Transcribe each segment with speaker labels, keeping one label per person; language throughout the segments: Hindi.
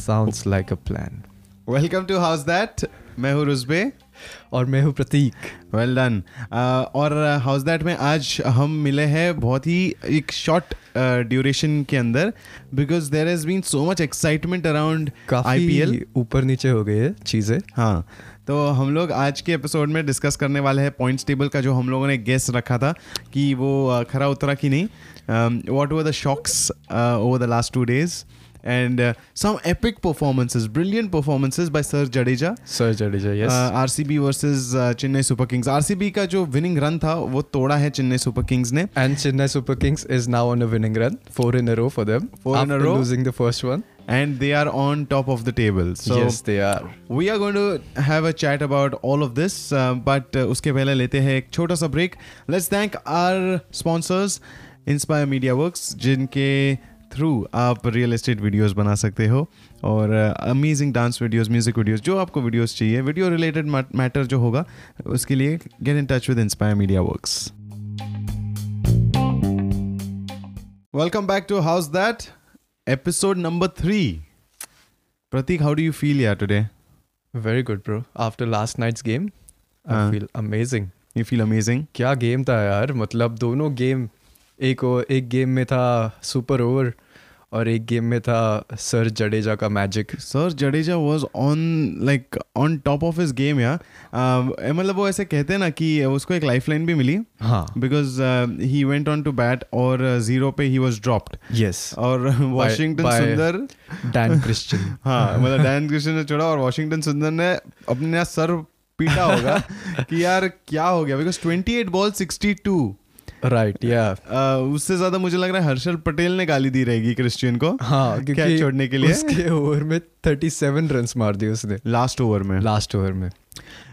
Speaker 1: Sounds like a plan
Speaker 2: welcome to house that मैं हूँ रुजबे
Speaker 1: और मैं हूँ प्रतीक
Speaker 2: वेल डन Uh, और हाउस दैट में आज हम मिले हैं बहुत ही एक शॉर्ट ड्यूरेशन के अंदर because there has been so much excitement around I P L
Speaker 1: काफी ऊपर नीचे हो गई है चीजें
Speaker 2: हाँ तो हम लोग आज के एपिसोड में डिस्कस करने वाले हैं पॉइंट्स टेबल का जो हम लोगों ने गेस रखा था कि वो uh, खरा उतरा कि नहीं Um, whatever the shocks over the last two days and some epic performances brilliant performances by sir Jadeja
Speaker 1: sir Jadeja
Speaker 2: R C B versus Chennai super kings R C B का जो विनिंग रन था वो तोड़ा है चेन्नई सुपर किंग्स ने
Speaker 1: and Chennai super kings is now on a winning run four in a row for them
Speaker 2: Four in a row.
Speaker 1: Losing the first one
Speaker 2: and they are on top of the table. So
Speaker 1: yes they are
Speaker 2: we are going to have a chat about all of this, uh, but uh, उसके पहले लेते हैं एक छोटा सा break. Let's thank our sponsors, Inspire Media Works, जिनके थ्रू आप रियल एस्टेट वीडियोस बना सकते हो और amazing dance videos music videos जो आपको वीडियोस चाहिए वीडियो रिलेटेड मैटर जो होगा उसके लिए get in touch with inspire media works welcome back to house that episode number three Prateek how do you feel यार today
Speaker 1: very good bro after last night's game
Speaker 2: हाँ।
Speaker 1: I feel amazing
Speaker 2: You feel amazing.
Speaker 1: क्या गेम था यार मतलब दोनों गेम एक ओ- एक गेम में था सुपर ओवर और एक गेम में था सर जडेजा का magic
Speaker 2: sir Jadeja was on like on top of his game यार अ, मतलब वो ऐसे कहते हैं ना कि eh, उसको एक लाइफ लाइन भी मिली uh,
Speaker 1: हाँ
Speaker 2: because he went on to bat और जीरो पे ही वॉज ड्रॉप्ड
Speaker 1: यस
Speaker 2: और Washington
Speaker 1: by-
Speaker 2: Sundar
Speaker 1: Dan Christian
Speaker 2: हाँ मतलब डैन कृष्ण ने छोड़ा और वॉशिंगटन सुंदर ने अपने सर पीटा होगा कि यार क्या हो गया बिकॉज 28 बॉल 62
Speaker 1: राइट या
Speaker 2: अ, Uh, उससे ज्यादा मुझे लग रहा है हर्षल पटेल ने गाली दी रहेगी क्रिश्चियन को
Speaker 1: हाँ
Speaker 2: कैच
Speaker 1: क्योंकि
Speaker 2: छोड़ने के लिए
Speaker 1: उसके ओवर में 37 रन मार दिए उसने
Speaker 2: लास्ट ओवर में
Speaker 1: लास्ट ओवर में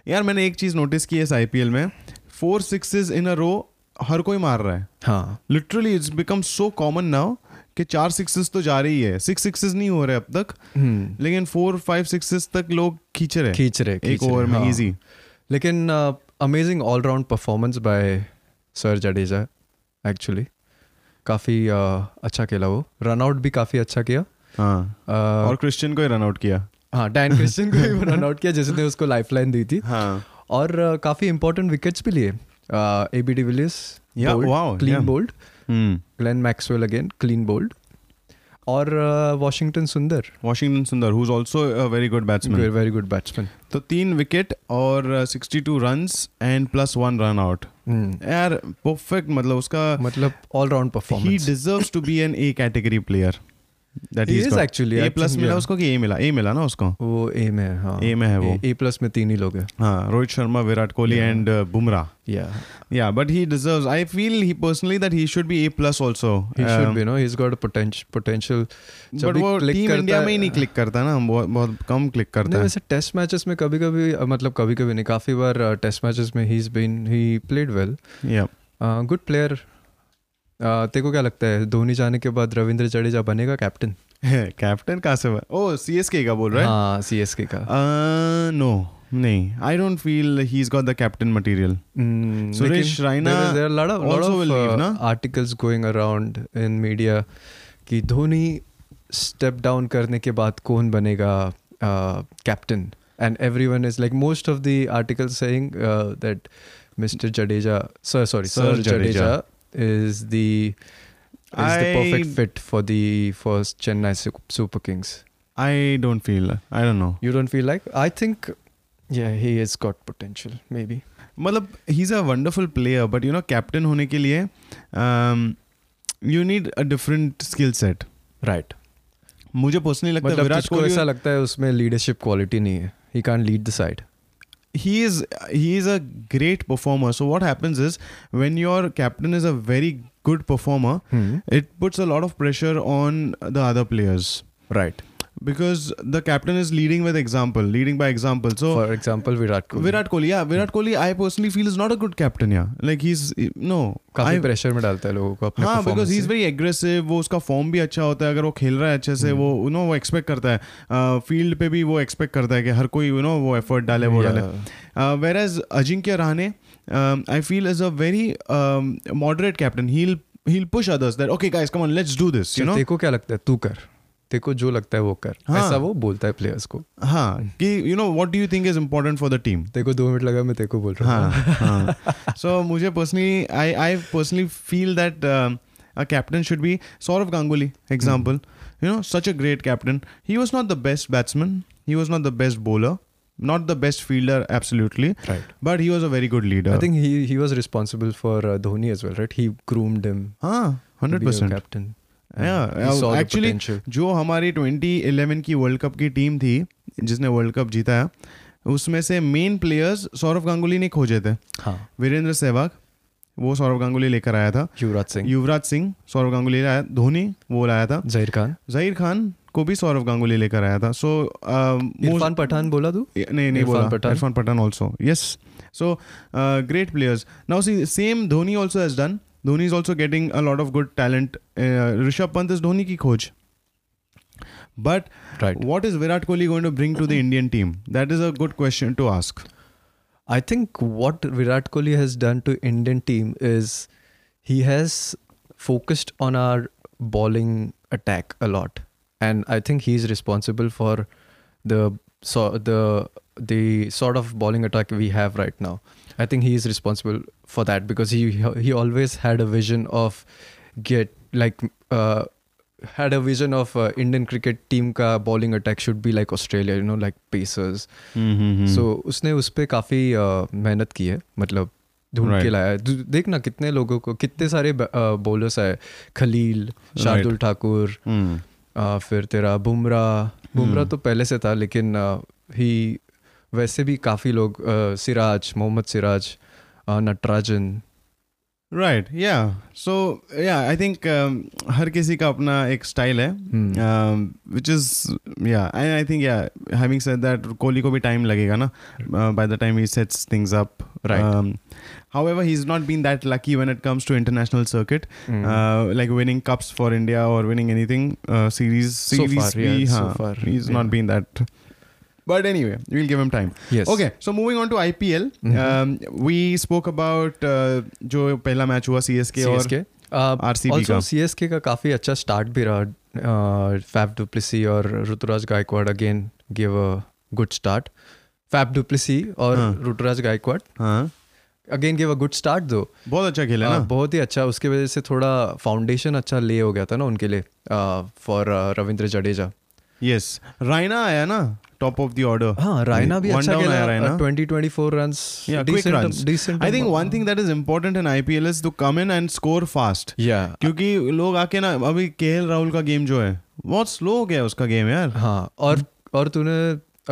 Speaker 2: यार मैंने एक चीज नोटिस की है इस आईपीएल में फोर सिक्सेस इन अ रो हर कोई मार रहा है
Speaker 1: हाँ
Speaker 2: literally it's become so common now कि चार सिक्सेस तो जा रही है सिक्स सिक्सेस नहीं हो रहे अब तक
Speaker 1: हम्म,
Speaker 2: लेकिन फोर फाइव सिक्सेस तक लोग खींच रहे हैं
Speaker 1: खींच रहे
Speaker 2: एक
Speaker 1: खींच
Speaker 2: ओवर
Speaker 1: रहे,
Speaker 2: में
Speaker 1: हाँ।
Speaker 2: इजी
Speaker 1: लेकिन uh, amazing all-round performance by sir Jadeja actually काफ़ी अच्छा खेला वो रन आउट भी काफ़ी अच्छा किया
Speaker 2: हाँ
Speaker 1: Uh,
Speaker 2: और क्रिश्चियन को ही रन आउट किया
Speaker 1: हाँ डैन क्रिश्चियन को भी रन आउट किया जिसने उसको लाइफलाइन दी थी
Speaker 2: हाँ
Speaker 1: और uh, काफ़ी इंपॉर्टेंट विकेट्स भी लिए Uh, A B de Villiers
Speaker 2: Yeah, wow,
Speaker 1: clean
Speaker 2: yeah.
Speaker 1: Bold
Speaker 2: hmm.
Speaker 1: Glenn Maxwell again clean bold और Washington Sundar
Speaker 2: Washington Sundar who is also a very good batsman
Speaker 1: very good batsman
Speaker 2: तो तीन विकेट और sixty two run and plus one run out यार परफेक्ट मतलब उसका
Speaker 1: मतलब all round
Speaker 2: he
Speaker 1: performance
Speaker 2: deserves to be an A category player. That
Speaker 1: He
Speaker 2: he's
Speaker 1: is
Speaker 2: got.
Speaker 1: actually,
Speaker 2: A
Speaker 1: I
Speaker 2: plus
Speaker 1: think,
Speaker 2: मिला
Speaker 1: yeah.
Speaker 2: उसको कि A मिला A मिला ना उसको
Speaker 1: वो ए में है हाँ
Speaker 2: A में है वो।
Speaker 1: ए प्लस में तीन ही लोग हैं
Speaker 2: हाँ रोहित शर्मा विराट कोहली
Speaker 1: Yeah.
Speaker 2: एंड बुमराह
Speaker 1: या
Speaker 2: या but he deserves I feel he personally that he should be A plus also
Speaker 1: he should be no he is got potential
Speaker 2: but Uh, Um, वो टीम इंडिया में ही नहीं क्लिक करता ना बहुत बहुत कम क्लिक
Speaker 1: नहीं
Speaker 2: करता है
Speaker 1: वैसे टेस्ट मैचेस में कभी कभी मतलब कभी कभी नहीं काफी बार टेस्ट मैचेस में he is been he played well
Speaker 2: yeah
Speaker 1: good player तेरे को क्या लगता है धोनी जाने के बाद रविंद्र जडेजा बनेगा कैप्टन
Speaker 2: कैप्टन कहाँ से ओ सीएसके का बोल रहा है
Speaker 1: हाँ सीएसके का
Speaker 2: नो नहीं I don't feel he is got the captain material
Speaker 1: Mm,
Speaker 2: Suresh
Speaker 1: लेकिन
Speaker 2: Raina
Speaker 1: there is- there are lot of, lot
Speaker 2: also
Speaker 1: of
Speaker 2: will leave,
Speaker 1: uh,
Speaker 2: ना?
Speaker 1: articles going around in media कि धोनी स्टेप डाउन करने के बाद कौन बनेगा uh, captain and everyone is like most of the articles saying that mister Jadeja sir sorry
Speaker 2: Sir
Speaker 1: sir
Speaker 2: Jadeja.
Speaker 1: Jadeja is the is the
Speaker 2: I-
Speaker 1: perfect fit for the first Chennai Su- Super Kings.
Speaker 2: I don't feel I don't know
Speaker 1: You don't feel like? I think, yeah, he has got potential. Maybe.
Speaker 2: मतलब he is a wonderful player but you know captain होने के लिए um, you need a different skill set
Speaker 1: Right.
Speaker 2: मुझे पर्सनली लगता है
Speaker 1: मतलब
Speaker 2: विराट
Speaker 1: तुझको ऐसा
Speaker 2: कोहली
Speaker 1: लगता है उसमें लीडरशिप क्वालिटी नहीं है he can't lead the side
Speaker 2: he is he is a great performer so what happens is when your captain is a very good performer it puts a lot of pressure on the other players
Speaker 1: right
Speaker 2: because the captain is leading with example leading by example so
Speaker 1: for example Virat Kohli
Speaker 2: तो विराट कोहली या Virat Kohli I personally feel is not a good captain या लाइक ही इज नो
Speaker 1: काफी प्रेशर में डालता है लोगों को अपने
Speaker 2: हाँ
Speaker 1: performance
Speaker 2: बिकॉज ही इज
Speaker 1: से।
Speaker 2: वेरी एग्रेसिव वो उसका फॉर्म भी अच्छा होता है अगर वो खेल रहा है अच्छे
Speaker 1: Hmm.
Speaker 2: से वो यू नो वो एक्सपेक्ट करता है फील्ड पे भी वो एक्सपेक्ट करता है कि हर कोई यू नो वो एफर्ट डाले वो
Speaker 1: Yeah.
Speaker 2: डाले Uh, um, where as Ajinkya Rahane I feel is a very moderate captain he um, he'll push others that okay guys come on let's do this you
Speaker 1: कि
Speaker 2: know
Speaker 1: तेरे को अच्छा, क्या लगता है तू कर तेरे को जो लगता है वो कर
Speaker 2: हाँ।
Speaker 1: ऐसा वो बोलता है प्लेयर्स को Hmm.
Speaker 2: हाँ कि you know what do you think is important for the team
Speaker 1: तेरे को दो मिनट लगा मैं तेरे को बोल रहा हूँ
Speaker 2: हाँ हाँ सो मुझे personally I I personally feel that a captain should be Saurav Ganguly example you know such a great captain he was not the best batsman he was not the best bowler not the best fielder absolutely
Speaker 1: right
Speaker 2: but he was a very good
Speaker 1: I
Speaker 2: leader
Speaker 1: think he he was responsible for uh, Dhoni as well right he groomed him
Speaker 2: हाँ hundred percent
Speaker 1: captain
Speaker 2: Yeah, uh, actually, जो हमारी 2011 की वर्ल्ड कप की टीम थी जिसने वर्ल्ड कप जीताया उसमें से मेन प्लेयर्स सौरव गांगुली ने खोजे थे
Speaker 1: हाँ
Speaker 2: वीरेंद्र सहवाग वो सौरव गांगुली लेकर आया था
Speaker 1: युवराज सिंह
Speaker 2: युवराज सिंह सौरव गांगुली लाया धोनी वो लाया था
Speaker 1: जहीर खान
Speaker 2: जहीर खान को भी सौरव गांगुली लेकर आया था सो
Speaker 1: इरफान पठान बोला तू
Speaker 2: नहीं नहीं
Speaker 1: Irfan
Speaker 2: बोला
Speaker 1: Pathan.
Speaker 2: Irfan Pathan also yes so great players now see same Dhoni also has done Dhoni is also getting a lot of good talent Rishabh Pant is Dhoni की खोज but
Speaker 1: right
Speaker 2: what is Virat Kohli going to bring to the Indian team? That is a good question to ask.
Speaker 1: I think what Virat Kohli has done to Indian team is he has focused on our bowling attack a lot, and I think he's responsible for the so the the sort of bowling attack we have right now. I think he is responsible for that because he he always had a vision of get like uh, had a vision of uh, Indian cricket team ka bowling attack should be like Australia, you know, like pacers.
Speaker 2: Mm-hmm, Hmm.
Speaker 1: So उसने उस पर काफ़ी मेहनत की है मतलब ढूंढ के
Speaker 2: Right.
Speaker 1: लाया है दू- देखना कितने लोगों को कितने सारे बॉलर्स आए खलील शार्दुल ठाकुर
Speaker 2: Hmm.
Speaker 1: अ, फिर तेरा बुमराह बुमराह तो पहले से था लेकिन ही वैसे भी काफ़ी लोग अ, सिराज मोहम्मद सिराज अ, Natarajan
Speaker 2: Right. Yeah. So yeah, I think um, हर किसी का अपना एक style है,
Speaker 1: Hmm.
Speaker 2: um, which is yeah, and I think yeah. Having said that, Kohli को भी time लगेगा ना uh, by the time he sets things up.
Speaker 1: Right.
Speaker 2: Um, however, he's not been that lucky when it comes to international circuit,
Speaker 1: Hmm.
Speaker 2: uh, like winning cups for India or winning anything uh, series.
Speaker 1: So
Speaker 2: Series
Speaker 1: far, yeah,
Speaker 2: भी,
Speaker 1: so
Speaker 2: हाँ,
Speaker 1: far,
Speaker 2: he's
Speaker 1: yeah.
Speaker 2: not been that. But anyway, we'll give him time.
Speaker 1: yes
Speaker 2: Okay, so moving on to IPL,
Speaker 1: Mhm.
Speaker 2: um, we spoke about uh, जो पहला मैच हुआ CSK, और
Speaker 1: CSK अ,
Speaker 2: RCB
Speaker 1: ऑल्सो
Speaker 2: का
Speaker 1: सी एस के का काफ़ी अच्छा स्टार्ट भी रहा फैब डुप्लिसी और Ruturaj Gaikwad again give a good start Faf du Plessis और
Speaker 2: हाँ।
Speaker 1: ऋतुराज गायकवाड़
Speaker 2: हाँ
Speaker 1: again give a good start दो
Speaker 2: बहुत अच्छा खेला ना
Speaker 1: बहुत ही अच्छा उसके वजह से थोड़ा फाउंडेशन अच्छा ले हो गया था ना उनके लिए uh, for Ravindra Jadeja
Speaker 2: yes Raina आया ना टॉप ऑफ द ऑर्डर
Speaker 1: हाँ रायना भी
Speaker 2: One
Speaker 1: अच्छा
Speaker 2: down आया
Speaker 1: खेला
Speaker 2: Raina.
Speaker 1: Twenty twenty four run
Speaker 2: Yeah, quick runs. I think one thing that is important in IPL is to come in and score fast
Speaker 1: या
Speaker 2: क्योंकि लोग आके ना अभी केएल राहुल का गेम जो है बहुत स्लो हो गया उसका गेम यार
Speaker 1: हाँ और और तूने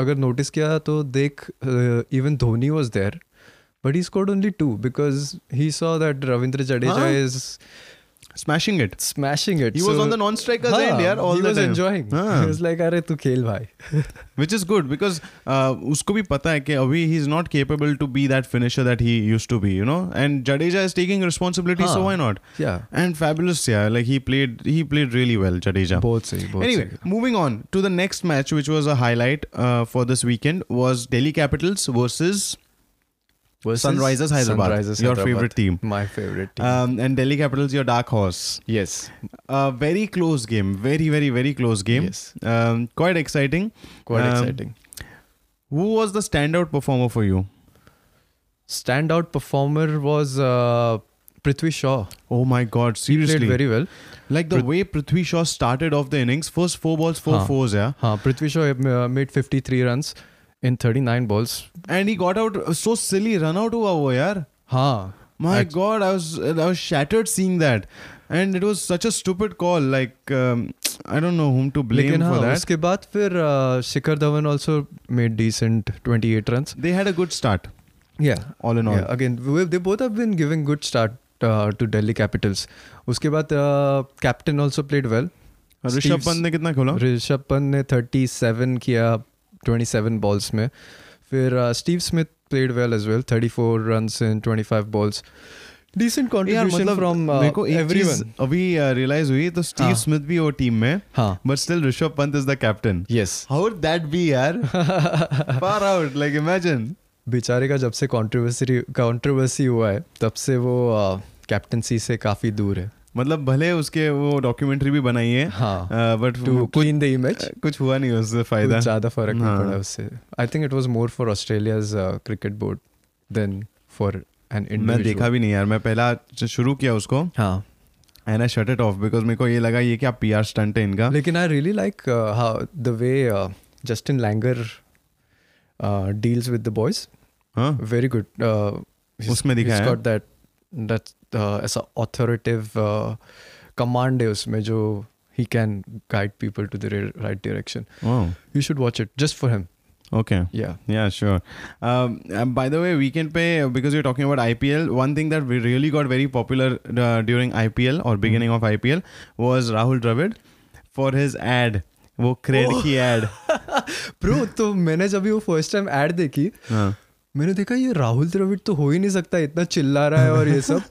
Speaker 1: अगर नोटिस किया तो देख even Dhoni was there but he scored only two because he saw that Ravindra Jadeja
Speaker 2: हाँ।
Speaker 1: Is
Speaker 2: smashing it
Speaker 1: smashing it
Speaker 2: He was on the non-striker's end, यार,
Speaker 1: हाँ, he
Speaker 2: all the
Speaker 1: was
Speaker 2: time.
Speaker 1: enjoying
Speaker 2: हाँ।
Speaker 1: he was like अरे तू खेल भाई
Speaker 2: विच इज गुड बिकॉज उसको भी पता है कि अभी he is not capable to be that finisher that he use to be you know and Jadeja is taking responsibility so
Speaker 1: हाँ.
Speaker 2: वाई नॉट
Speaker 1: या
Speaker 2: And fabulous, yeah. Like he played, he played really well, Jadeja.
Speaker 1: बहुत सही बहुत
Speaker 2: Anyway, moving on to the next match, which was a highlight uh, for this weekend, was Delhi Capitals versus
Speaker 1: सही
Speaker 2: Sunrisers Hyderabad, your favorite team.
Speaker 1: My favourite team
Speaker 2: Um, and Delhi Capitals, your dark horse.
Speaker 1: Yes
Speaker 2: A very close game, very, very, very close game.
Speaker 1: Yes.
Speaker 2: Um, quite exciting.
Speaker 1: Quite
Speaker 2: Um,
Speaker 1: exciting
Speaker 2: Who was the standout performer for you?
Speaker 1: Stand out performer was uh, Prithvi Shaw
Speaker 2: Oh my
Speaker 1: played
Speaker 2: God! Seriously,
Speaker 1: very well
Speaker 2: like the way Prithvi Shaw started off the innings, first four balls, four
Speaker 1: Huh.
Speaker 2: fours, yeah,
Speaker 1: हाँ Prithvi Shaw made 53 runs in 39 balls
Speaker 2: and he got out uh, so silly run out over, wo, yeah.
Speaker 1: हाँ
Speaker 2: My God, I was I was shattered seeing that, and it was such a stupid call. Like um, I don't know whom to blame
Speaker 1: लेकिन
Speaker 2: for
Speaker 1: हाँ
Speaker 2: that.
Speaker 1: उसके बाद फिर अ, Shikhar Dhawan also made decent 28 runs
Speaker 2: They had a good start,
Speaker 1: या
Speaker 2: all in all.
Speaker 1: Again they both have been giving good start to Delhi Capitals उसके बाद captain also played well
Speaker 2: Rishabh Pant ने कितना खोला?
Speaker 1: ऋषभ पंत ने 37 किया 27 बॉल्स में फिर uh, Steve Smith played well as well 34 runs in 25 balls decent
Speaker 2: यार
Speaker 1: कंट्रीब्यूशन
Speaker 2: मतलब
Speaker 1: फ्रॉम
Speaker 2: मेरे को एक चीज
Speaker 1: एवरीवन
Speaker 2: अभी रियलाइज हुई तो स्टीव
Speaker 1: हाँ.
Speaker 2: स्मिथ भी वो टीम में
Speaker 1: हाँ
Speaker 2: but still Rishabh Pant is the captain
Speaker 1: yes
Speaker 2: how would that be यार फार आउट लाइक इमेजिन
Speaker 1: बेचारे का जब uh, से कंट्रोवर्सी कंट्रोवर्सी हुआ है तब से वो कैप्टनसी से काफ़ी दूर है
Speaker 2: मतलब भले उसके वो डॉक्यूमेंट्री भी बनाई है uh,
Speaker 1: हाँ
Speaker 2: but
Speaker 1: to clean the image
Speaker 2: uh, कुछ हुआ नहीं उससे फायदा
Speaker 1: कुछ ज्यादा फर्क नहीं
Speaker 2: हाँ।
Speaker 1: पड़ा उससे I think it was more for Australia's cricket board than for an
Speaker 2: मैं
Speaker 1: इंडिविजुअल
Speaker 2: देखा भी नहीं यार मैं पहला जो शुरू किया उसको
Speaker 1: हाँ
Speaker 2: and I shut it off because मेरे को ये लगा ये क्या पीआर स्टंट है इनका
Speaker 1: लेकिन I really like how the way Justin Langer deals with the boys
Speaker 2: हाँ
Speaker 1: वेरी गुड
Speaker 2: उसमें दिखा है।
Speaker 1: गॉट दैट दैट uh, ऐसा ऑथोरेटिव कमांड है उसमें जो he can guide people to the right direction you should watch it just for him
Speaker 2: okay
Speaker 1: या
Speaker 2: Yeah, sure. Um, and by the way, weekend pay because you're talking about IPL. One thing that we really got very popular uh, during IPL or beginning
Speaker 1: Hmm.
Speaker 2: of IPL was Rahul Dravid for his ad. वो क्रेड की
Speaker 1: Oh.
Speaker 2: ad.
Speaker 1: ब्रो तो मैंने जब ये वो फर्स्ट टाइम ऐड देखी
Speaker 2: हाँ.
Speaker 1: मैंने देखा ये राहुल द्रविड़ तो हो ही नहीं सकता इतना चिल्ला रहा है और ये सब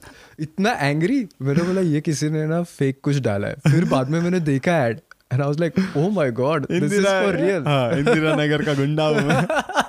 Speaker 1: इतना एंग्री मैंने बोला ये किसी ने ना फेक कुछ डाला है फिर बाद में मैंने देखा ad and I was like oh my God this is for real
Speaker 2: हाँ, इंदिरा नगर का गुंडा हूँ मैं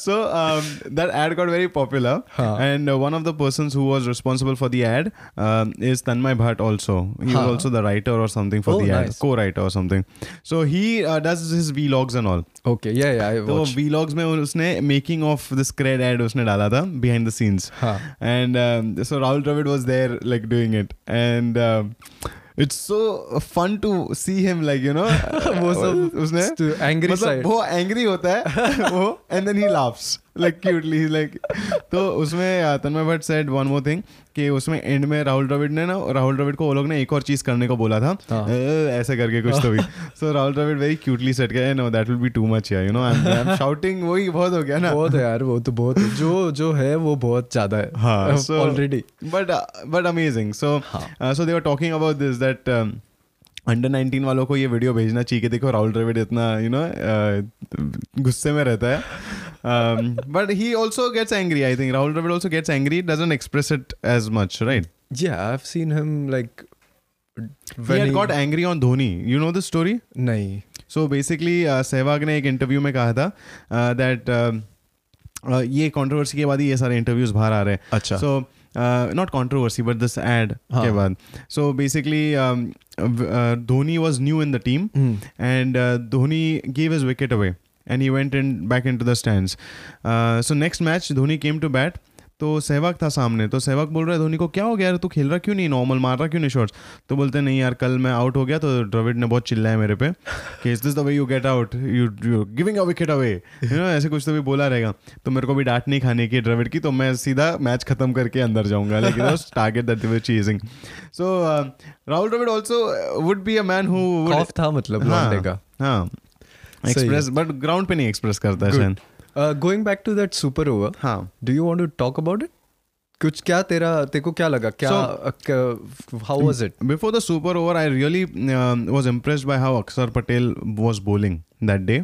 Speaker 2: so um, that ad got very popular
Speaker 1: हाँ.
Speaker 2: and uh, one of the persons who was responsible for the ad um, is Tanmay Bhatt also he
Speaker 1: हाँ.
Speaker 2: was also the writer or something for
Speaker 1: Oh,
Speaker 2: the ad
Speaker 1: nice.
Speaker 2: co-writer or something so he uh, does his vlogs and all
Speaker 1: okay या या आई
Speaker 2: तो वो
Speaker 1: वॉच
Speaker 2: vlogs में उसने making of this crate ad उसने डाला था बिहाइंड द सीन्स
Speaker 1: हां
Speaker 2: and um, so Rahul Dravid was there like doing it and um, it's so fun to see him like you know
Speaker 1: वो सब
Speaker 2: उसने
Speaker 1: एंग्री
Speaker 2: मतलब
Speaker 1: साइड
Speaker 2: वो एंग्री होता है वो and then he laughs like cutely like तो उसमें uh, Tanmay Bhatt said one more thing कि उसमें एंड में राहुल द्रविड़ ने ना राहुल द्रविड़ को वो लोग ने एक और चीज करने को बोला था
Speaker 1: हाँ।
Speaker 2: "अ, ऐसे करके कुछ तो भी so Rahul Dravid very cutely set गए no that will be too much यार you know I am shouting वही बहुत हो गया ना
Speaker 1: बहुत है यार वो तो बहुत है। जो जो है वो बहुत ज्यादा
Speaker 2: हाँ,
Speaker 1: है
Speaker 2: so-
Speaker 1: already
Speaker 2: but uh, but amazing so
Speaker 1: हाँ.
Speaker 2: uh, so they were talking about this that um, under 19 वालों को ये वीडियो भेजना चाहिए कि देखो राहुल द्रविड़ इतना यू नो गुस्से में रहता Um, है but he also gets angry I think Rahul Dravid also gets angry doesn't express it as much right
Speaker 1: या I have seen him like
Speaker 2: we had got angry on Dhoni you know the story
Speaker 1: नहीं
Speaker 2: सो बेसिकली सहवाग uh, ने एक इंटरव्यू में कहा था uh, दैट uh, ये कंट्रोवर्सी के बाद ही ये सारे इंटरव्यूज बाहर आ रहे हैं
Speaker 1: अच्छा
Speaker 2: So uh, not controversy, but this ad
Speaker 1: हाँ.
Speaker 2: के बाद. So basically, um, uh, Dhoni was new in the team, and uh, Dhoni gave his wicket away, and he went in back into the stands. Uh, so next match, Dhoni came to bat. तो सहवाग था सामने तो सहवाग बोल रहा है धोनी को क्या हो गया यार तू खेल रहा क्यों नहीं नॉर्मल मार रहा क्यों नहीं शॉट्स तो बोलते नहीं यार कल मैं आउट हो गया तो द्रविड ने बहुत चिल्लाया मेरे पे कि is this the way you get out you you giving a wicket away you know ऐसे कुछ तो भी बोला रहेगा तो मेरे को भी डांट नहीं खाने की द्रविड की तो मैं सीधा मैच खत्म करके अंदर जाऊंगा लेकिन target that we're chasing so Rahul Dravid also would be a man who
Speaker 1: off था मतलब लौंडे का
Speaker 2: हाँ
Speaker 1: सही है।
Speaker 2: एक्सप्रेस बट ग्राउंड पे नहीं एक्सप्रेस करता है शायद
Speaker 1: going back to that super over
Speaker 2: हाँ
Speaker 1: do you want to talk about it कुछ क्या तेरा तेरे को क्या लगा क्या uh, how was it
Speaker 2: Before the super over, I really um, was impressed by how Akshar Patel was bowling that day.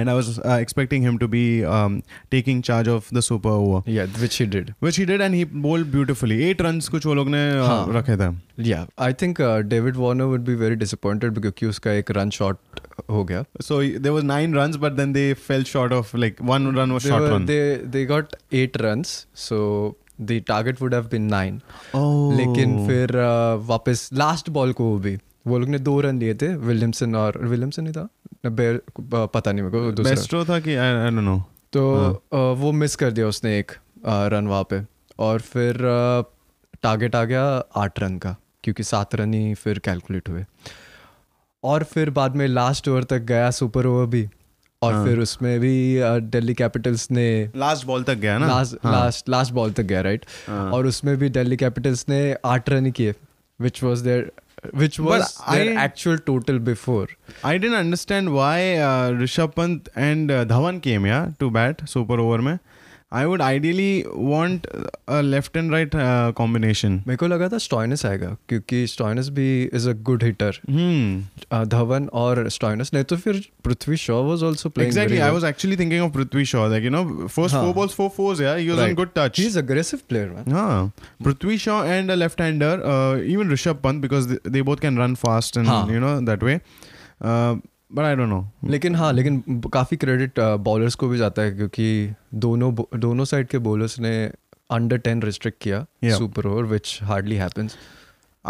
Speaker 2: And I was uh, expecting him to be um, taking charge of the super over,
Speaker 1: या which he did
Speaker 2: which he did, and he bowled beautifully. Eight runs कुछ वो लोग ने uh,
Speaker 1: हाँ.
Speaker 2: रखे थे
Speaker 1: yeah I think David Warner would be very disappointed क्योंकि उसका एक रन शॉट हो गया
Speaker 2: So there was nine runs, but then they fell short of like one run was
Speaker 1: they,
Speaker 2: short
Speaker 1: were-
Speaker 2: run.
Speaker 1: they they got 8 runs so the target would have been 9
Speaker 2: Oh.
Speaker 1: लेकिन फिर अ, वापस लास्ट बॉल को भी वो लोग ने दो रन लिए थे विलियमसन और विलियमसन ही था बेर पता नहीं मेरे को दूसरा
Speaker 2: बेस्ट्रो था कि I, I don't know.
Speaker 1: तो अ,
Speaker 2: हाँ।
Speaker 1: वो मिस कर दिया उसने एक रन वहाँ पे और फिर टारगेट आ गया आठ रन का क्योंकि सात रन ही फिर कैलकुलेट हुए और फिर बाद में लास्ट ओवर तक गया सुपर ओवर भी और
Speaker 2: हाँ।
Speaker 1: फिर उसमें भी अ, दिल्ली कैपिटल्स ने
Speaker 2: Last ball तक गया ना.
Speaker 1: लास्ट लास्ट लास्ट बॉल तक गया राइट
Speaker 2: हाँ.
Speaker 1: और उसमें भी दिल्ली कैपिटल्स ने आठ रन ही किए which was there which
Speaker 2: But
Speaker 1: was there
Speaker 2: I-
Speaker 1: actual total before
Speaker 2: I didn't understand why uh, Rishabh Pant and uh, Dhawan came yeah to bat super over में. I would ideally want a left and right uh, combination.
Speaker 1: मेरे को लगा था स्टॉइनस आएगा क्योंकि स्टॉइनस भी is a good hitter
Speaker 2: Hmm.
Speaker 1: uh, Dhawan और स्टॉइनस नहीं तो फिर Prithvi Shaw was also playing
Speaker 2: Exactly. I was actually thinking of Prithvi Shaw. Like you know, first
Speaker 1: Huh.
Speaker 2: four balls, four fours. Yeah, he was on
Speaker 1: Right.
Speaker 2: good touch.
Speaker 1: he is aggressive player man
Speaker 2: Huh. Prithvi Shaw and a left-hander, uh, even Rishabh Pant because they, they both can run fast and
Speaker 1: Huh.
Speaker 2: you know that way. Uh, but I don't know.
Speaker 1: लेकिन हाँ लेकिन ब- काफी क्रेडिट बॉलर्स को भी जाता है क्योंकि दोनों बो- दोनों साइड के बॉलर्स ने अंडर टेन रिस्ट्रिक्ट किया
Speaker 2: Yeah.
Speaker 1: Super over which hardly happens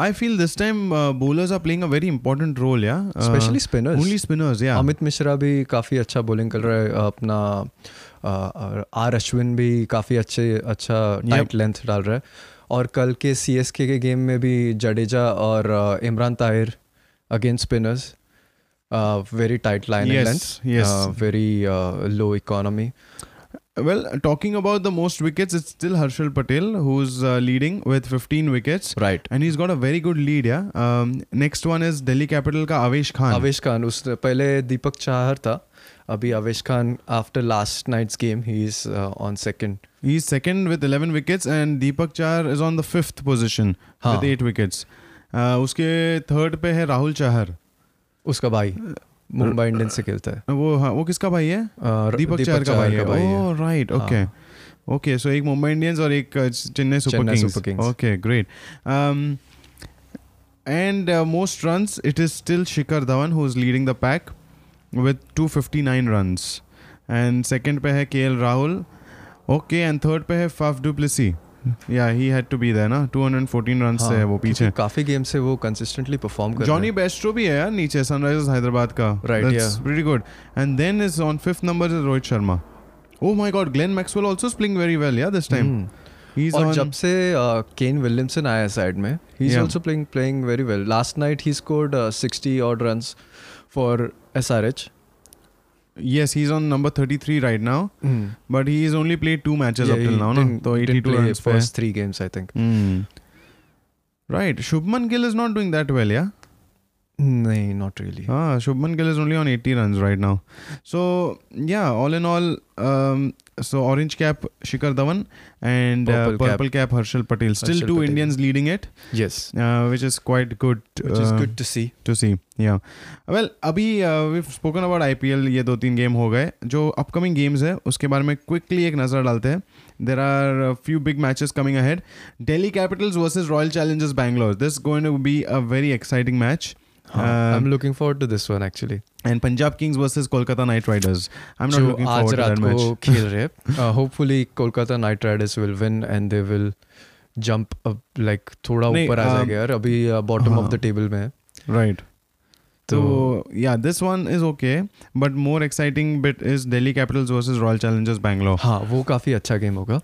Speaker 2: I feel this time uh, bowlers are playing a very important role, yeah. Uh,
Speaker 1: specially spinners
Speaker 2: only spinners, yeah.
Speaker 1: Amit Mishra भी काफ़ी अच्छा बॉलिंग कर रहा है अपना अ, और आर अश्विन भी काफ़ी अच्छे अच्छा टाइट लेंथ डाल रहा है और कल के सी के गेम में भी जडेजा और अ, Imran Tahir against spinners very tight line
Speaker 2: yes,
Speaker 1: length
Speaker 2: yes.
Speaker 1: Very low economy
Speaker 2: well, talking about the most wickets, it's still Harshal Patel who's uh, leading with 15 wickets,
Speaker 1: right
Speaker 2: and he's got a very good lead, yeah. Um, next one is Delhi Capital ka Avesh Khan.
Speaker 1: Avesh Khan उस पहले दीपक चाहर था अभी Avesh Khan after last night's game he is on second
Speaker 2: He's second with 11 wickets, and Deepak Chahar is on the fifth position
Speaker 1: हाँ
Speaker 2: with eight wickets. Uh, उसके थर्ड पे है राहुल चाहर
Speaker 1: उसका भाई मुंबई इंडियंस से खेलता है
Speaker 2: वो हाँ वो किसका भाई है
Speaker 1: और
Speaker 2: दीपक चाहर का भाई है Oh, ओ राइट
Speaker 1: हाँ।
Speaker 2: ओके ओके सो एक मुंबई इंडियंस और एक uh, Chennai super
Speaker 1: Chennai
Speaker 2: Kings
Speaker 1: super Kings.
Speaker 2: Okay great Um, and most runs it is still Shikhar Dhawan who is leading the pack with 259 runs and second पे है KL Rahul okay and third पे है Faf du Plessis yeah he had to be there ना 214 रन से है वो पीछे
Speaker 1: काफी गेम से वो कंसिस्टेंटली परफॉर्म कर
Speaker 2: जॉनी बेस्ट्रो भी है यार नीचे सनराइजर्स हैदराबाद का
Speaker 1: Right,
Speaker 2: that's
Speaker 1: yeah.
Speaker 2: Pretty good and then is on fifth number is Rohit Sharma oh my god Glenn Maxwell also playing very well yeah this time he is
Speaker 1: hmm. और
Speaker 2: ऑन
Speaker 1: जब से केन विलियमसन आया साइड में he is
Speaker 2: Yeah.
Speaker 1: Also Playing very well. Last night he scored 60 odd runs for SRH.
Speaker 2: Yes, he's on number 33 right now. But he's only played 2 matches up till now. So 82 runs
Speaker 1: first 3 games, I think.
Speaker 2: Hmm. Right. Shubman Gill is not doing that well, yeah? No, Hmm.
Speaker 1: not really.
Speaker 2: Shubman Gill is only on 80 runs right now. So, yeah, all in all, so orange cap Shikhar Dhawan and purple cap Harshal Patel.
Speaker 1: Still two
Speaker 2: Indians leading it.
Speaker 1: Yes.
Speaker 2: which is quite good.
Speaker 1: Which is
Speaker 2: uh,
Speaker 1: good to see
Speaker 2: to see. Yeah. Well, अभी uh, we've spoken about IPL. ये दो तीन game हो गए जो upcoming games है उसके बारे में quickly एक नज़र डालते हैं There are a few big matches coming ahead. Delhi Capitals versus Royal Challengers Bangalore. This is going to be a very exciting match.
Speaker 1: I
Speaker 2: Um,
Speaker 1: am looking forward to this one actually
Speaker 2: and Punjab Kings versus Kolkata Knight Riders. I'm not
Speaker 1: जो
Speaker 2: looking
Speaker 1: आज
Speaker 2: forward to
Speaker 1: रात
Speaker 2: that match.
Speaker 1: को खेल रहे हैं Uh, hopefully Kolkata Knight Riders will win and they will jump like थोड़ा
Speaker 2: नहीं,
Speaker 1: ऊपर आ
Speaker 2: um,
Speaker 1: जाएगा यार अभी uh, बॉटम ऑफ
Speaker 2: हाँ।
Speaker 1: द टेबल में है
Speaker 2: Right.
Speaker 1: तो
Speaker 2: So yeah, this one is okay, but more exciting bit is Delhi Capitals versus Royal Challengers Bangalore.
Speaker 1: हाँ वो काफ़ी अच्छा गेम होगा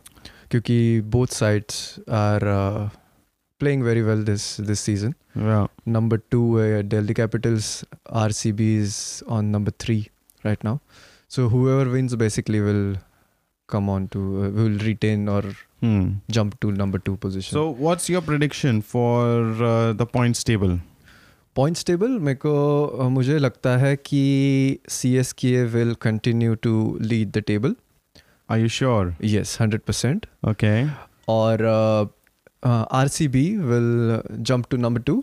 Speaker 1: क्योंकि both sides are playing very well this this season
Speaker 2: Yeah.
Speaker 1: Number two है Delhi Capitals R C B is on number three right now so whoever wins basically will come on to will retain और
Speaker 2: Hmm.
Speaker 1: Jump to number two position
Speaker 2: So what's your prediction for uh, the points table?
Speaker 1: Points table मेरे को मुझे लगता है कि C S K will continue to lead the table
Speaker 2: Are you sure?
Speaker 1: Yes hundred percent
Speaker 2: Okay.
Speaker 1: और R C B will jump to number two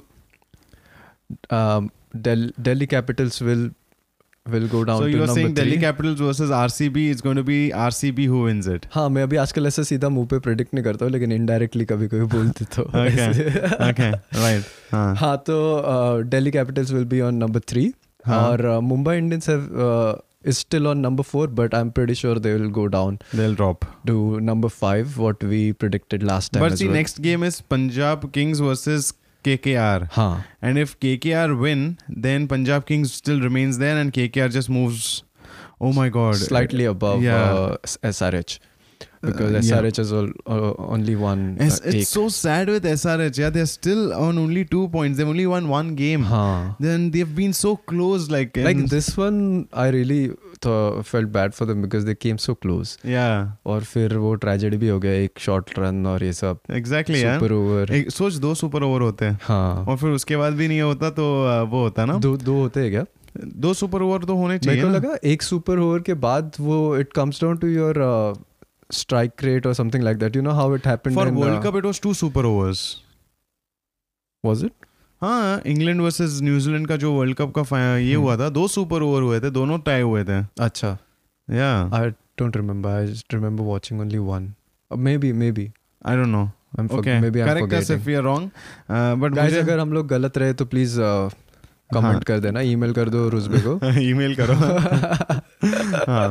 Speaker 1: Delhi Capitals will will go
Speaker 2: so
Speaker 1: down
Speaker 2: you
Speaker 1: to
Speaker 2: are saying
Speaker 1: number
Speaker 2: Delhi
Speaker 1: three
Speaker 2: Capitals versus RCB is going to be RCB who wins it.
Speaker 1: हाँ मैं अभी आजकल ऐसे सीधा मुंह पे प्रेडिक्ट नहीं करता हूँ लेकिन इनडायरेक्टली कभी कभी बोलते तो
Speaker 2: Okay.
Speaker 1: ऐसे।
Speaker 2: Okay. right. हाँ.
Speaker 1: हाँ तो Delhi Capitals will be on number three
Speaker 2: हाँ.
Speaker 1: और uh, Mumbai Indians have is still on number four but I am pretty sure they will go down
Speaker 2: They'll drop.
Speaker 1: To number five what we predicted last time
Speaker 2: But the next game is Punjab Kings versus KKR.
Speaker 1: हाँ
Speaker 2: And if KKR win, then Punjab Kings still remains there and KKR just moves. Oh my god.
Speaker 1: slightly above
Speaker 2: Yeah.
Speaker 1: uh, S- SRH because
Speaker 2: Uh, yeah.
Speaker 1: SRH is all, uh, only one
Speaker 2: It's,
Speaker 1: uh,
Speaker 2: it's so sad with SRH. Yeah, they're still on only two points. They've only won one game.
Speaker 1: huh.
Speaker 2: Then they've been so close. Like,
Speaker 1: हाँ. like
Speaker 2: in-
Speaker 1: this one I really th- felt bad for them because they came so close
Speaker 2: Yeah,
Speaker 1: और फिर वो ट्रेजेडी भी हो गया एक शॉर्ट रन और ये सब
Speaker 2: exactly. Yeah.
Speaker 1: सुपर ओवर
Speaker 2: एक, सोच दो सुपर ओवर होते हैं
Speaker 1: हाँ
Speaker 2: और फिर उसके बाद भी नहीं होता तो आ, वो होता ना
Speaker 1: दो दो होते हैं क्या
Speaker 2: दो सुपर ओवर तो होने
Speaker 1: मेरे
Speaker 2: चाहिए
Speaker 1: को
Speaker 2: ना।
Speaker 1: लगा एक सुपर ओवर के बाद वो it comes down to your uh, strike rate और something like that you know how it happened
Speaker 2: For World Cup, it was two super overs.
Speaker 1: Was it
Speaker 2: हाँ इंग्लैंड वर्सेस न्यूजीलैंड का जो वर्ल्ड कप का फा- ये
Speaker 1: हम्म।
Speaker 2: हुआ था दो सुपर ओवर हुए थे दोनों टाई हुए थे
Speaker 1: अच्छा
Speaker 2: yeah
Speaker 1: I don't remember I just remember watching only one maybe maybe
Speaker 2: I don't know
Speaker 1: Uh, I'm forg-
Speaker 2: okay
Speaker 1: maybe I'm
Speaker 2: correct us if Uh,
Speaker 1: forgetting.
Speaker 2: We are wrong but
Speaker 1: Guys, अगर हम लोग गलत रहे तो प्लीज
Speaker 2: हाँ।
Speaker 1: कमेंट कर देना ईमेल कर दो रुजबे को
Speaker 2: ईमेल करो हाँ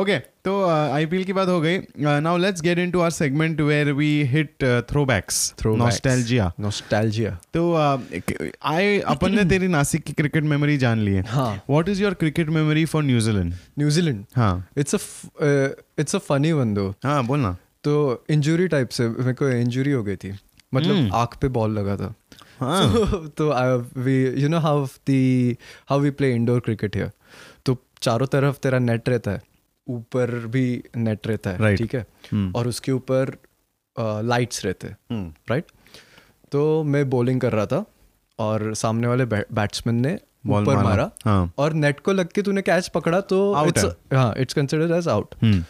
Speaker 2: ओके तो आईपीएल की बात हो गई Uh, now let's get into our segment where we hit throwbacks
Speaker 1: Throwbacks.
Speaker 2: Nostalgia
Speaker 1: nostalgia
Speaker 2: uh, तो आई अपन ने तेरी नासिक की क्रिकेट मेमोरी जान ली है
Speaker 1: हाँ
Speaker 2: what is your cricket memory for New Zealand
Speaker 1: New Zealand
Speaker 2: हाँ
Speaker 1: it's a it's a funny one दो
Speaker 2: हाँ बोलना
Speaker 1: तो इंजरी टाइप से मेरे को इंजरी हो गई थी मतलब
Speaker 2: Hmm.
Speaker 1: आँख पे बॉल लगा था
Speaker 2: हाँ
Speaker 1: So, तो we you know how the how we play indoor cricket here तो चारों तरफ तेरा नेट रहता है ऊपर भी नेट रहता है
Speaker 2: Right.
Speaker 1: ठीक है
Speaker 2: हम्म,
Speaker 1: और उसके ऊपर लाइट्स रहते हैं
Speaker 2: हम्म,
Speaker 1: राइट तो मैं बॉलिंग कर रहा था और सामने वाले बैट्समैन ने
Speaker 2: ball
Speaker 1: ऊपर मारा
Speaker 2: हाँ
Speaker 1: और नेट को लग के तूने कैच पकड़ा तो
Speaker 2: Out
Speaker 1: it's- हाँ इट्स कंसिडर्ड एज आउट
Speaker 2: हम्म,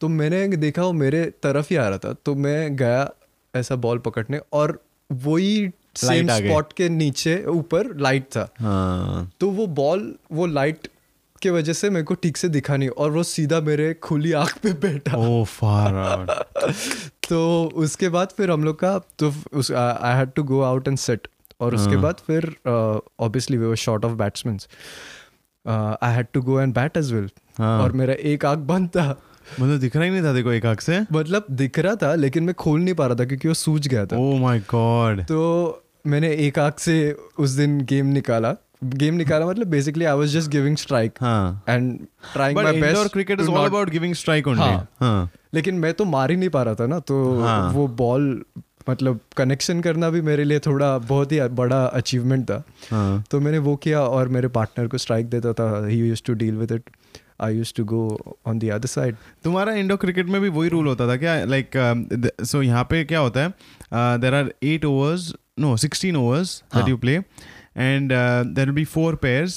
Speaker 1: तो मैंने देखा वो मेरे तरफ ही आ रहा था तो मैं गया ऐसा बॉल पकड़ने और वही सेम
Speaker 2: Light आ गई।
Speaker 1: स्पॉट के नीचे ऊपर लाइट था
Speaker 2: हाँ
Speaker 1: तो वो बॉल वो लाइट के वजह से मेरे को ठीक से दिखा नहीं और वो सीधा मेरे खुली आंख पे बैठा
Speaker 2: ओ फार आउट
Speaker 1: तो उसके बाद फिर हम लोग का तो उस I had to go out and set और उसके
Speaker 2: हाँ।
Speaker 1: बाद फिर obviously we were short of batsman I had to go and bat as well
Speaker 2: हाँ।
Speaker 1: और मेरा एक आंख बंद था
Speaker 2: मतलब दिख रहा ही नहीं था देखो एक आंख से
Speaker 1: मतलब दिख रहा था लेकिन मैं खोल नहीं पा रहा था क्योंकि वो सूज गया था
Speaker 2: ओ माय गॉड
Speaker 1: तो मैंने एक आंख से उस दिन गेम निकाला गेम निकाला मतलब basically I was just giving strike
Speaker 2: हाँ
Speaker 1: and trying
Speaker 2: but
Speaker 1: my
Speaker 2: indoor
Speaker 1: best
Speaker 2: cricket is all about giving strike only
Speaker 1: हाँ।
Speaker 2: हाँ
Speaker 1: लेकिन मैं तो मार ही नहीं पा रहा था ना तो
Speaker 2: हाँ।
Speaker 1: वो बॉल मतलब कनेक्शन करना भी मेरे लिए थोड़ा बहुत ही बड़ा अचीवमेंट था
Speaker 2: हाँ
Speaker 1: तो मैंने वो किया और मेरे पार्टनर को स्ट्राइक देता था he use to deal with it I use to go on the other side
Speaker 2: तुम्हारा इंडो क्रिकेट में भी वही रूल होता था क्या लाइक सो यहाँ पे क्या होता है Uh, there are eight overs no sixteen overs that
Speaker 1: हाँ.
Speaker 2: You play and there will be four pairs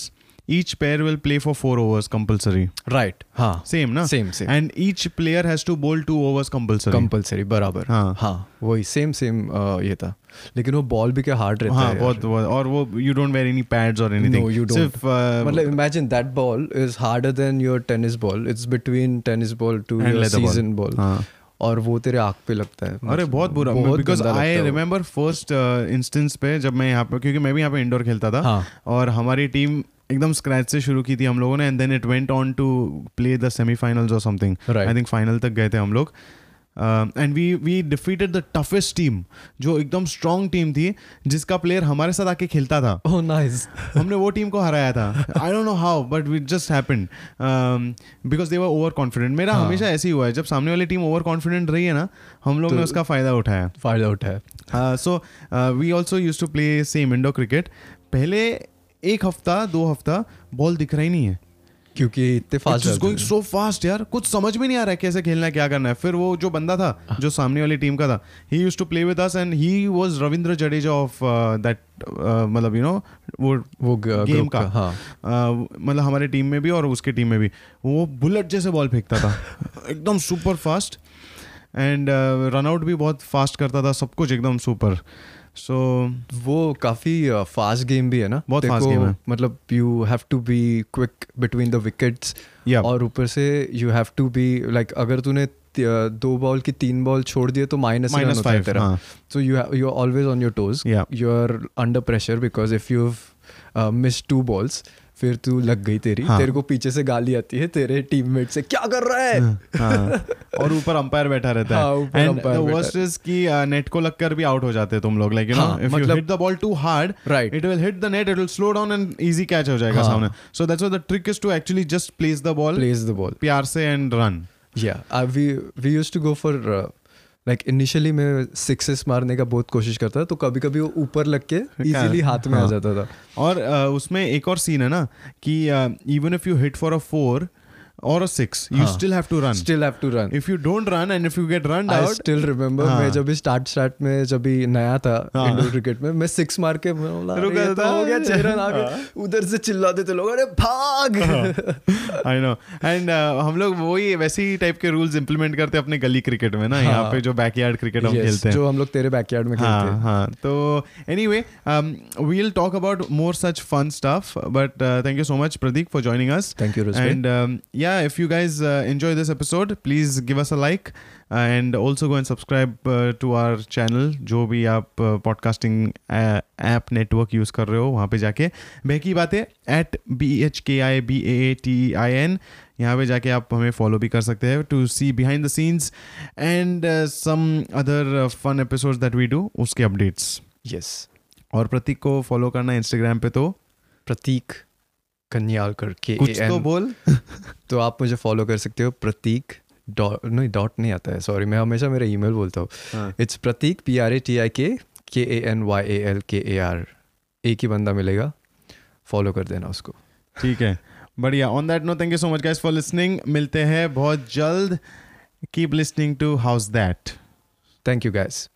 Speaker 2: each pair will play for four overs compulsory
Speaker 1: right हाँ
Speaker 2: सेम ना
Speaker 1: same same
Speaker 2: and each player has to bowl two overs compulsory
Speaker 1: compulsory बराबर
Speaker 2: हाँ
Speaker 1: हाँ वही सेम सेम ये था लेकिन वो बॉल भी क्या हार्ड रहता
Speaker 2: हाँ
Speaker 1: है
Speaker 2: बहुत
Speaker 1: यार।
Speaker 2: बहुत और वो you don't wear any pads और एनीथिंग
Speaker 1: No, you don't.
Speaker 2: सिर्फ uh,
Speaker 1: मतलब imagine that ball is harder than your tennis ball it's between tennis ball to
Speaker 2: And
Speaker 1: your
Speaker 2: leather ball.
Speaker 1: Season ball
Speaker 2: हाँ
Speaker 1: और वो तेरे आँख पे लगता है
Speaker 2: अरे बहुत बुरा बिकॉज
Speaker 1: गंदा
Speaker 2: आई
Speaker 1: लगता है वो।
Speaker 2: रिमेम्बर फर्स्ट इंस्टेंस uh, पे जब मैं यहाँ पे क्योंकि मैं भी यहाँ पे इंडोर खेलता था
Speaker 1: हाँ
Speaker 2: और हमारी टीम एकदम स्क्रैच से शुरू की थी हम लोगों ने and then it went on to play the semifinals और something
Speaker 1: Right.
Speaker 2: I think final तक गए थे हम लोग Uh, and we we defeated the toughest team जो एकदम स्ट्रांग टीम थी जिसका प्लेयर हमारे साथ आके खेलता था
Speaker 1: ओह नाइस
Speaker 2: हमने वो टीम को हराया था I don't know how but it just happened Um, because they were over confident मेरा
Speaker 1: हाँ।
Speaker 2: हमेशा ऐसे ही हुआ है जब सामने वाली टीम ओवर कॉन्फिडेंट रही है ना हम लोग ने
Speaker 1: तो-
Speaker 2: उसका फायदा उठाया Uh,
Speaker 1: फाइंड आउट है
Speaker 2: so we also use to play same indoor cricket पहले एक हफ्ता दो हफ्ता बॉल दिख रहा ही नहीं है
Speaker 1: क्योंकि इतने फास्ट
Speaker 2: गोइंग सो फास्ट यार कुछ समझ में नहीं आ रहा है कैसे खेलना है क्या करना है फिर वो जो बंदा था जो सामने वाली टीम का था he use to play with us and he was Ravindra Jadeja of that uh, मतलब यू नो वो
Speaker 1: वो ग-
Speaker 2: गेम
Speaker 1: group
Speaker 2: का
Speaker 1: हाँ
Speaker 2: आ, मतलब हमारे टीम में भी और उसके टीम में भी वो बुलेट जैसे बॉल फेंकता था एकदम super fast and run out uh, भी बहुत फास्ट करता था सब कुछ एकदम सुपर सो
Speaker 1: वो काफी फास्ट गेम भी है ना
Speaker 2: बहुत
Speaker 1: तेरे
Speaker 2: fast
Speaker 1: को,
Speaker 2: game है।
Speaker 1: मतलब you have to be quick between the wickets
Speaker 2: या
Speaker 1: और ऊपर से you have to be like अगर तूने ती- अ, दो बॉल की तीन बॉल छोड़ दिए तो माइनस
Speaker 2: माइनस
Speaker 1: होता है
Speaker 2: फाइव
Speaker 1: तेरा
Speaker 2: हाँ
Speaker 1: so you you are always on your toes
Speaker 2: या
Speaker 1: you are under pressure because if you miss two balls फिर तू लग गई तेरी
Speaker 2: हाँ।
Speaker 1: तेरे को पीछे से गाली आती है तेरे टीममेट से क्या कर रहा है
Speaker 2: हाँ, और ऊपर अंपायर बैठा रहता
Speaker 1: हाँ,
Speaker 2: है
Speaker 1: ऊपर
Speaker 2: एंड
Speaker 1: umpire बैठा
Speaker 2: वर्स्ट इज कि नेट को लगकर भी आउट हो जाते हैं तुम लोग लाइक यू नो
Speaker 1: हाँ,
Speaker 2: इफ यू
Speaker 1: मतलब-
Speaker 2: hit the ball too hard
Speaker 1: right
Speaker 2: it will hit the net it will slow down and easy catch हो जाएगा
Speaker 1: हाँ।
Speaker 2: सामने so that's why the trick is to actually just place the ball
Speaker 1: plays the ball.
Speaker 2: प्यार से and run
Speaker 1: Yeah, uh, we we used to go for uh, like initially मैं sixes मारने का बहुत कोशिश करता था तो कभी कभी वो ऊपर लग के
Speaker 2: क्या?
Speaker 1: easily हाथ में आ
Speaker 2: हाँ।
Speaker 1: जाता था
Speaker 2: और अ, उसमें एक और सीन है ना कि uh, even if you hit for a four और अ सिक्स यू
Speaker 1: हाँ.
Speaker 2: Still have to run
Speaker 1: still have to run.
Speaker 2: If you don't run and if you get run
Speaker 1: I
Speaker 2: out
Speaker 1: still remember
Speaker 2: हाँ।
Speaker 1: मैं जब भी स्टार्ट स्टार्ट में जब भी नया था
Speaker 2: हाँ।
Speaker 1: इंडोर क्रिकेट में मैं सिक्स मार के मैं बोला, अरे
Speaker 2: रुका
Speaker 1: ये तो
Speaker 2: था। हाँ।
Speaker 1: हो गया छह रन आ गए उधर से चिल्लाते थे लोग अरे भाग
Speaker 2: आई नो एंड uh, हम लोग वही वैसे ही टाइप के रूल्स इंप्लीमेंट करते हैं अपने गली क्रिकेट में ना यहाँ
Speaker 1: हाँ.
Speaker 2: पे जो बैकयार्ड क्रिकेट हम
Speaker 1: Yes,
Speaker 2: खेलते हैं
Speaker 1: जो हम लोग तेरे बैकयार्ड में खेलते
Speaker 2: हाँ
Speaker 1: हैं
Speaker 2: हाँ तो um, anyway we'll talk uh, about more such fun stuff but thank you so much Pradeep for joining us
Speaker 1: thank you
Speaker 2: and um, yeah, if you guys uh, enjoy this episode, please give us a like uh, and also go and subscribe uh, to our channel जो भी आप uh, podcasting app network use कर रहे हो वहाँ पे जाके बहकी बातें at B H K I B A T I N यहाँ पे जाके आप हमें फॉलो भी कर सकते हैं to see behind the scenes and some other fun episodes that we do उसके अपडेट्स
Speaker 1: यस
Speaker 2: और प्रतीक को फॉलो करना इंस्टाग्राम पे तो
Speaker 1: प्रतीक कन्याल करके
Speaker 2: कुछ
Speaker 1: AN
Speaker 2: तो बोल
Speaker 1: तो आप मुझे फॉलो कर सकते हो प्रतीक डॉट नहीं डॉट नहीं आता है सॉरी मैं हमेशा मेरा ईमेल बोलता हूँ it's Prateek P R A T I K K A N Y A L K A R एक ही बंदा मिलेगा फॉलो कर देना उसको
Speaker 2: ठीक है बढ़िया on that no thank you so much guys for listening मिलते हैं बहुत जल्द keep listening to house that
Speaker 1: thank you gas